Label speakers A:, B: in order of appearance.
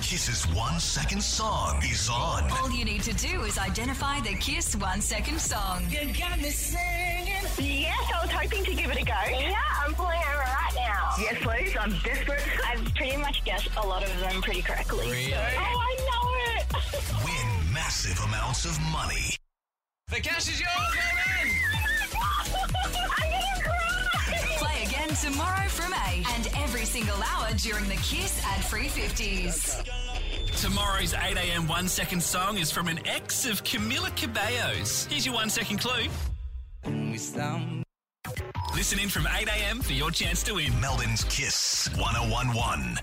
A: Kiss's one second song is on.
B: All you need to do is identify the Kiss One Second song.
C: You got me singing.
D: Yes, I was hoping to give it a go. Yeah, I'm pulling over right now. Yes, please. I'm desperate. I've pretty much guessed a lot of them pretty correctly.
C: Really?
D: Oh, I know it.
A: Win massive amounts of money.
C: The cash is yours, my man.
D: I'm gonna cry.
B: Play again tomorrow from 8 and every single hour during the Kiss ad free 50s.
E: Tomorrow's 8am one second song is from an ex of Camila Cabello's. Here's your one second clue. Listen in from 8am for your chance to win.
A: oh Melbourne's Kiss 1011.